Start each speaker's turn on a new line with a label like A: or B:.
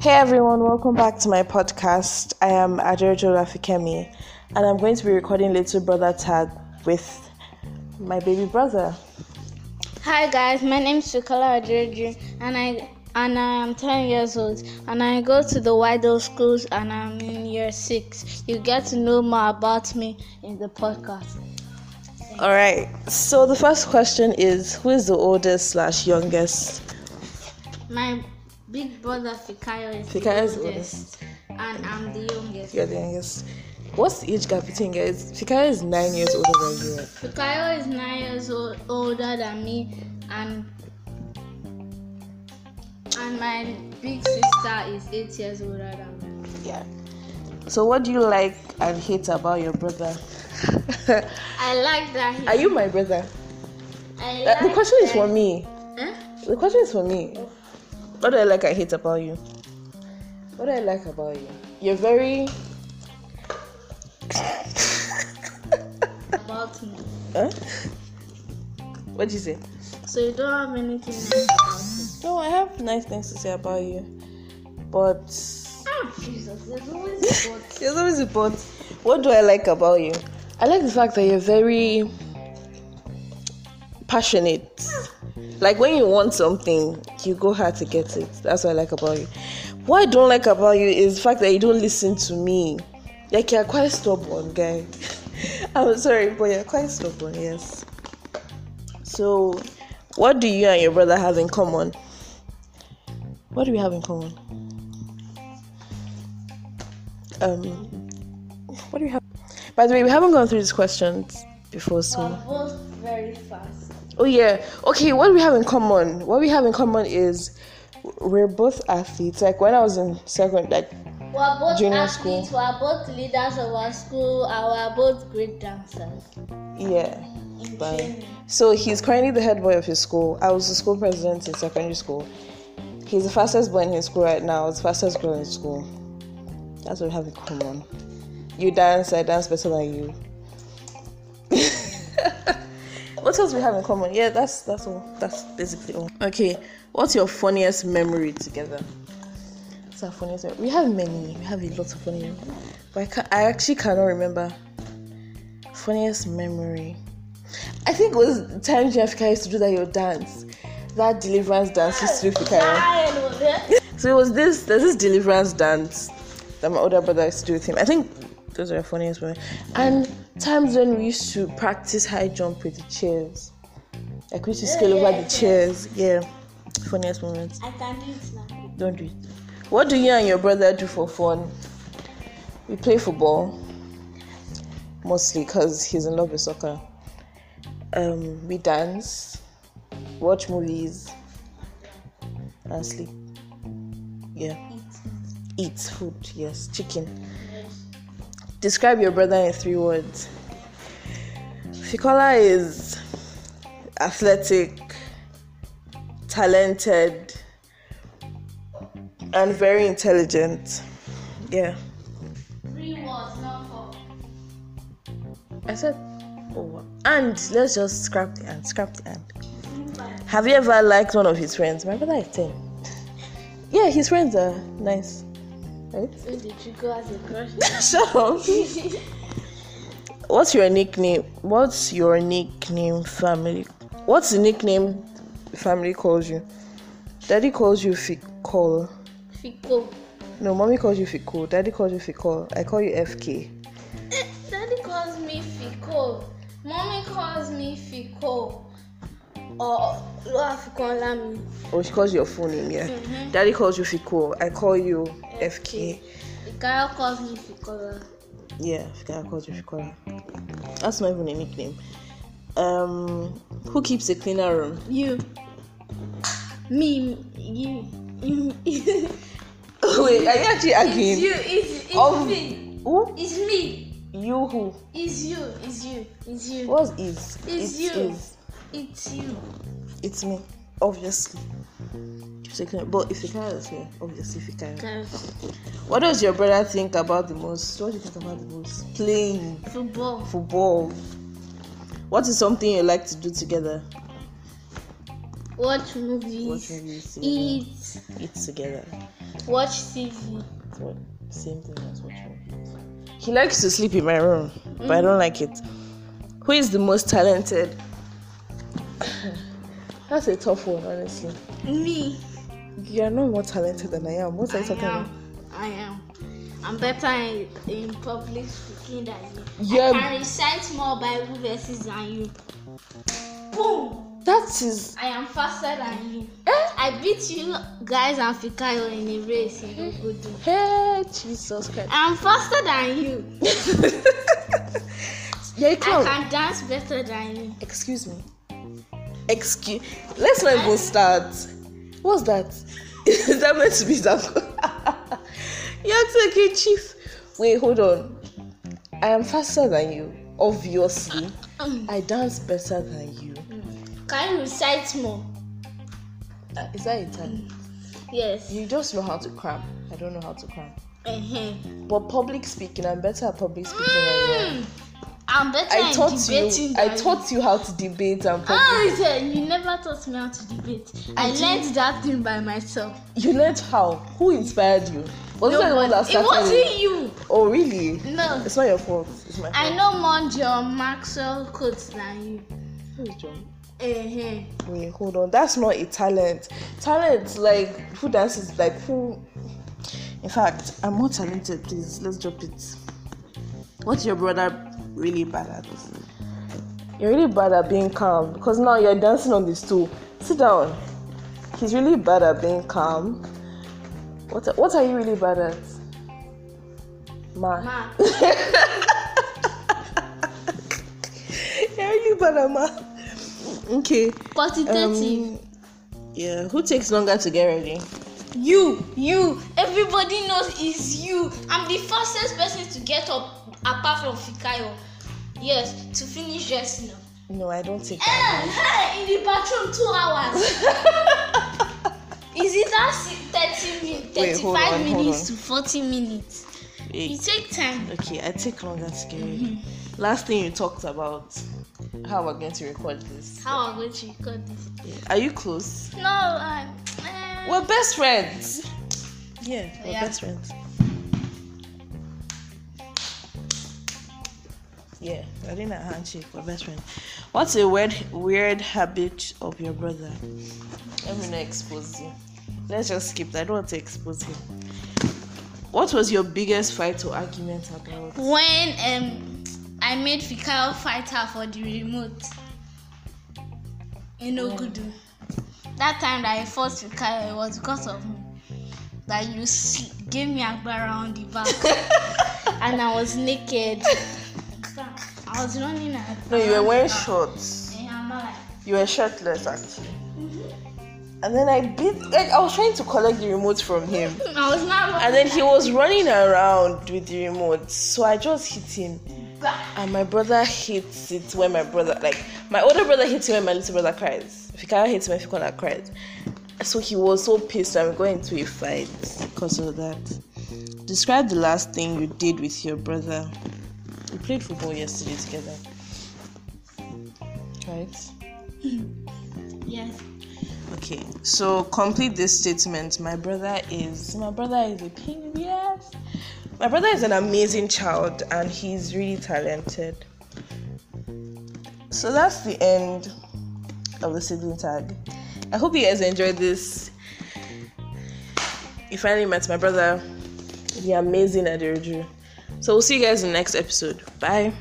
A: Hey everyone, welcome back to my podcast. I am Adeojo Rafikemi and I'm going to be recording Little Brother Tag with my baby brother.
B: Hi guys, my name is Sukola Adiriju and I and I am 10 years old and I go to the Wido schools and I'm in year 6. You get to know more about me in the podcast.
A: All right, so the first question is who is the oldest slash youngest?
B: My big brother Fikayo is
A: Fikayo is
B: the oldest and I'm the youngest.
A: You're the youngest. What's the age gap between you guys? Fikayo is nine years older than you. right?
B: Fikayo is 9 years old, older than me and and my big sister is 8 years older than me.
A: Yeah. So what do you like and hate about your brother?
B: I like that he
A: Are you my brother?
B: I
A: Uh,
B: like
A: the question is for
B: that- eh?
A: me.
B: Huh?
A: The question is for me. What do I like I hate about you? What do I like about you? You're very.
B: about me.
A: Huh? What'd you say?
B: So you don't have anything nice about me.
A: No, I have nice things to say about you. But.
B: Ah, Jesus, there's always what.
A: There's always a but. What do I like about you? I like the fact that you're very passionate. Like when you want something, you go hard to get it. That's what I like about you. What I don't like about you is the fact that you don't listen to me. Like you're quite stubborn, guy. I'm sorry, but you're quite stubborn, yes. So, what do you and your brother have in common? What do we have in common? Um, what do we have? By the way, we haven't gone through these questions before, so.
B: We're both very fast.
A: Oh yeah. Okay, what we have in common? What we have in common is we're both athletes. Like when I was in second, like
B: We're both
A: Junior
B: athletes,
A: school.
B: we're both leaders of our school, and we're both great dancers.
A: yeah.
B: In
A: But,
B: training.
A: so he's currently the head boy of his school. I was the school president in secondary school. He's the fastest boy in his school right now. I was the fastest girl in school. That's what we have in common. You dance, I dance better than you. what else we have in common? Yeah, that's that's all. That's basically all. Okay, what's your funniest memory together? What's our funniest? mem- We have many. We have a lot of funny, memories. but I can I actually cannot remember. Funniest memory. I think it was the time Jeffika used to do that your dance, that deliverance dance used to do Fikayo.
B: Ah, I know that.
A: So it was this there's this deliverance dance that my older brother used to do with him. I think those are the funniest ones. And times when we used to practice high jump with the chairs. Like we used to scale over the chairs. Yeah. Funniest moments.
B: I can do it now.
A: Don't do it. What do you and your brother do for fun? We play football. Mostly because he's in love with soccer. Um, we dance, watch movies, and sleep. Yeah eat food yes chicken describe your brother in three words fikola is athletic talented and very intelligent yeah
B: Three words, not four.
A: i said oh and let's just scrap the and scrap the and have you ever liked one of his friends my brother is 10 yeah his friends are nice right
B: Who did you go as a crush?
A: Shut up. What's your nickname? What's your nickname family? What's the nickname family calls you? Daddy calls you Fikol.
B: Fico.
A: No, mommy calls you Fikol. Daddy calls you Fikol. I call you FK.
B: Eh, Daddy calls me Fico. Mommy calls me Fico. Or Luafikon Lami.
A: Or Oh, she calls your full name, yeah.
B: Mm-hmm.
A: Daddy calls you Fikol. I call you FK.
B: Fikayo calls me Ficola.
A: Yeah, Fikara calls you Fikora. That's not even a nickname. Um, who keeps a cleaner room?
B: You. Me. You. You. you.
A: Wait, are you actually arguing?
B: It's, it's
A: Oh.
B: me.
A: Who?
B: It's me.
A: You who?
B: It's you. It's you. It's you.
A: What is?
B: It's
A: It
B: you.
A: is.
B: It's you.
A: It's me, obviously. If they can- But if you can, it's me, obviously. If you can. What does your brother think about the most? What do you think about the most? Playing
B: Football.
A: football. What is something you like to do together?
B: watch movies,
A: Watch movies together.
B: eat,
A: Eat together.
B: watch TV.
A: It's what- Same thing as watching movies. He likes to sleep in my room, but I don't like it. Who is the most talented? That's a tough one, honestly.
B: Me,
A: You are not more talented than I am. What are
B: I
A: you talking about?
B: am. I am. I'm better in, in public speaking than you.
A: Yeah.
B: I can recite more Bible verses than you. Boom!
A: That is.
B: I am faster than you.
A: Eh?
B: I beat you guys and Fikayo in a race in Ogodo.
A: Hey, Jesus Christ.
B: I'm faster than you.
A: yeah, you
B: I
A: can.
B: can dance better than you.
A: Excuse me. Excuse. Let's not even start. What's that? Is that meant to be that? You're taking chief. Wait, hold on. I am faster than you. Obviously,
B: Um,
A: I dance better than you.
B: Can you recite more?
A: Uh, Is that a talent?
B: Yes.
A: You just know how to cram. I don't know how to cram.
B: Uh-huh.
A: But public speaking, I'm better at public speaking than you. are.
B: Mm, I'm better
A: I
B: in
A: taught
B: debating
A: you. I
B: than
A: taught you how to debate and public.
B: Ah, you said you never taught me how to debate. I, learned that thing by myself.
A: You learned how. Who inspired you? Was that the one that
B: Nobody- it
A: started it?
B: wasn't you.
A: Oh really?
B: No,
A: It's not your fault. It's my fault.
B: I know more John Maxwell quotes than you.
A: Who is John?
B: Uh-huh.
A: Wait, hold on. That's not a talent. Talent like who dances like who. In fact, I'm more talented. Please let's drop it. What's your brother really bad at? You're really bad at being calm because now you're dancing on the stool. Sit down. He's really bad at being calm. What What are you really bad at? Ma.
B: Ma,
A: You're really bad at ma. Okay.
B: quantitative.
A: Um, yeah, who takes longer to get ready?
B: you, you, everybody knows it's you. I'm the fastest person to get up apart from Fikayo. Yes, to finish dressing up.
A: No, I don't take.
B: And hey, in the bathroom two hours. Is it that si- 30 minutes,
A: Wait,
B: 35
A: hold on, hold
B: minutes to 40 minutes? It take time.
A: Okay, I take longer to get ready. Last thing you talked about, how we're going to record this.
B: How I'm going to record this?
A: Are you close?
B: No, I. eh,
A: We're best friends. Yeah, we're
B: Yeah.
A: best friends. Yeah, I didn't a handshake. We're best friends. What's a weird, weird habit of your brother? Let me not expose you. Let's just skip. that. I don't want to expose him. What was your biggest fight or argument about?
B: When um, I made Fikayo fight her for the remote in Ogudu, that time that I forced Fikayo, it was because of me. That you s- gave me agbara on the back and I was naked. I was running at
A: No, you were wearing shorts.
B: And I'm not like,
A: You were shirtless actually. Mm-hmm. And then I beat like I was trying to collect the remote from him.
B: I was not running
A: And then he was running around with the remote. So I just hit him.
B: back.
A: And my brother hits it when my brother like my older brother hits it when my little brother cries. If he can't hit him if he cannot cries. So he was so pissed and we got into a fight because of that. Describe the last thing you did with your brother. We played football yesterday together. Right?
B: Yes.
A: Okay, so complete this statement. My brother is my brother is a pain in the ass. My brother is an amazing child and he's really talented. So that's the end of the sibling tag. I hope you guys enjoyed this. You finally met my brother, the amazing Adirju. So we'll see you guys in the next episode. Bye.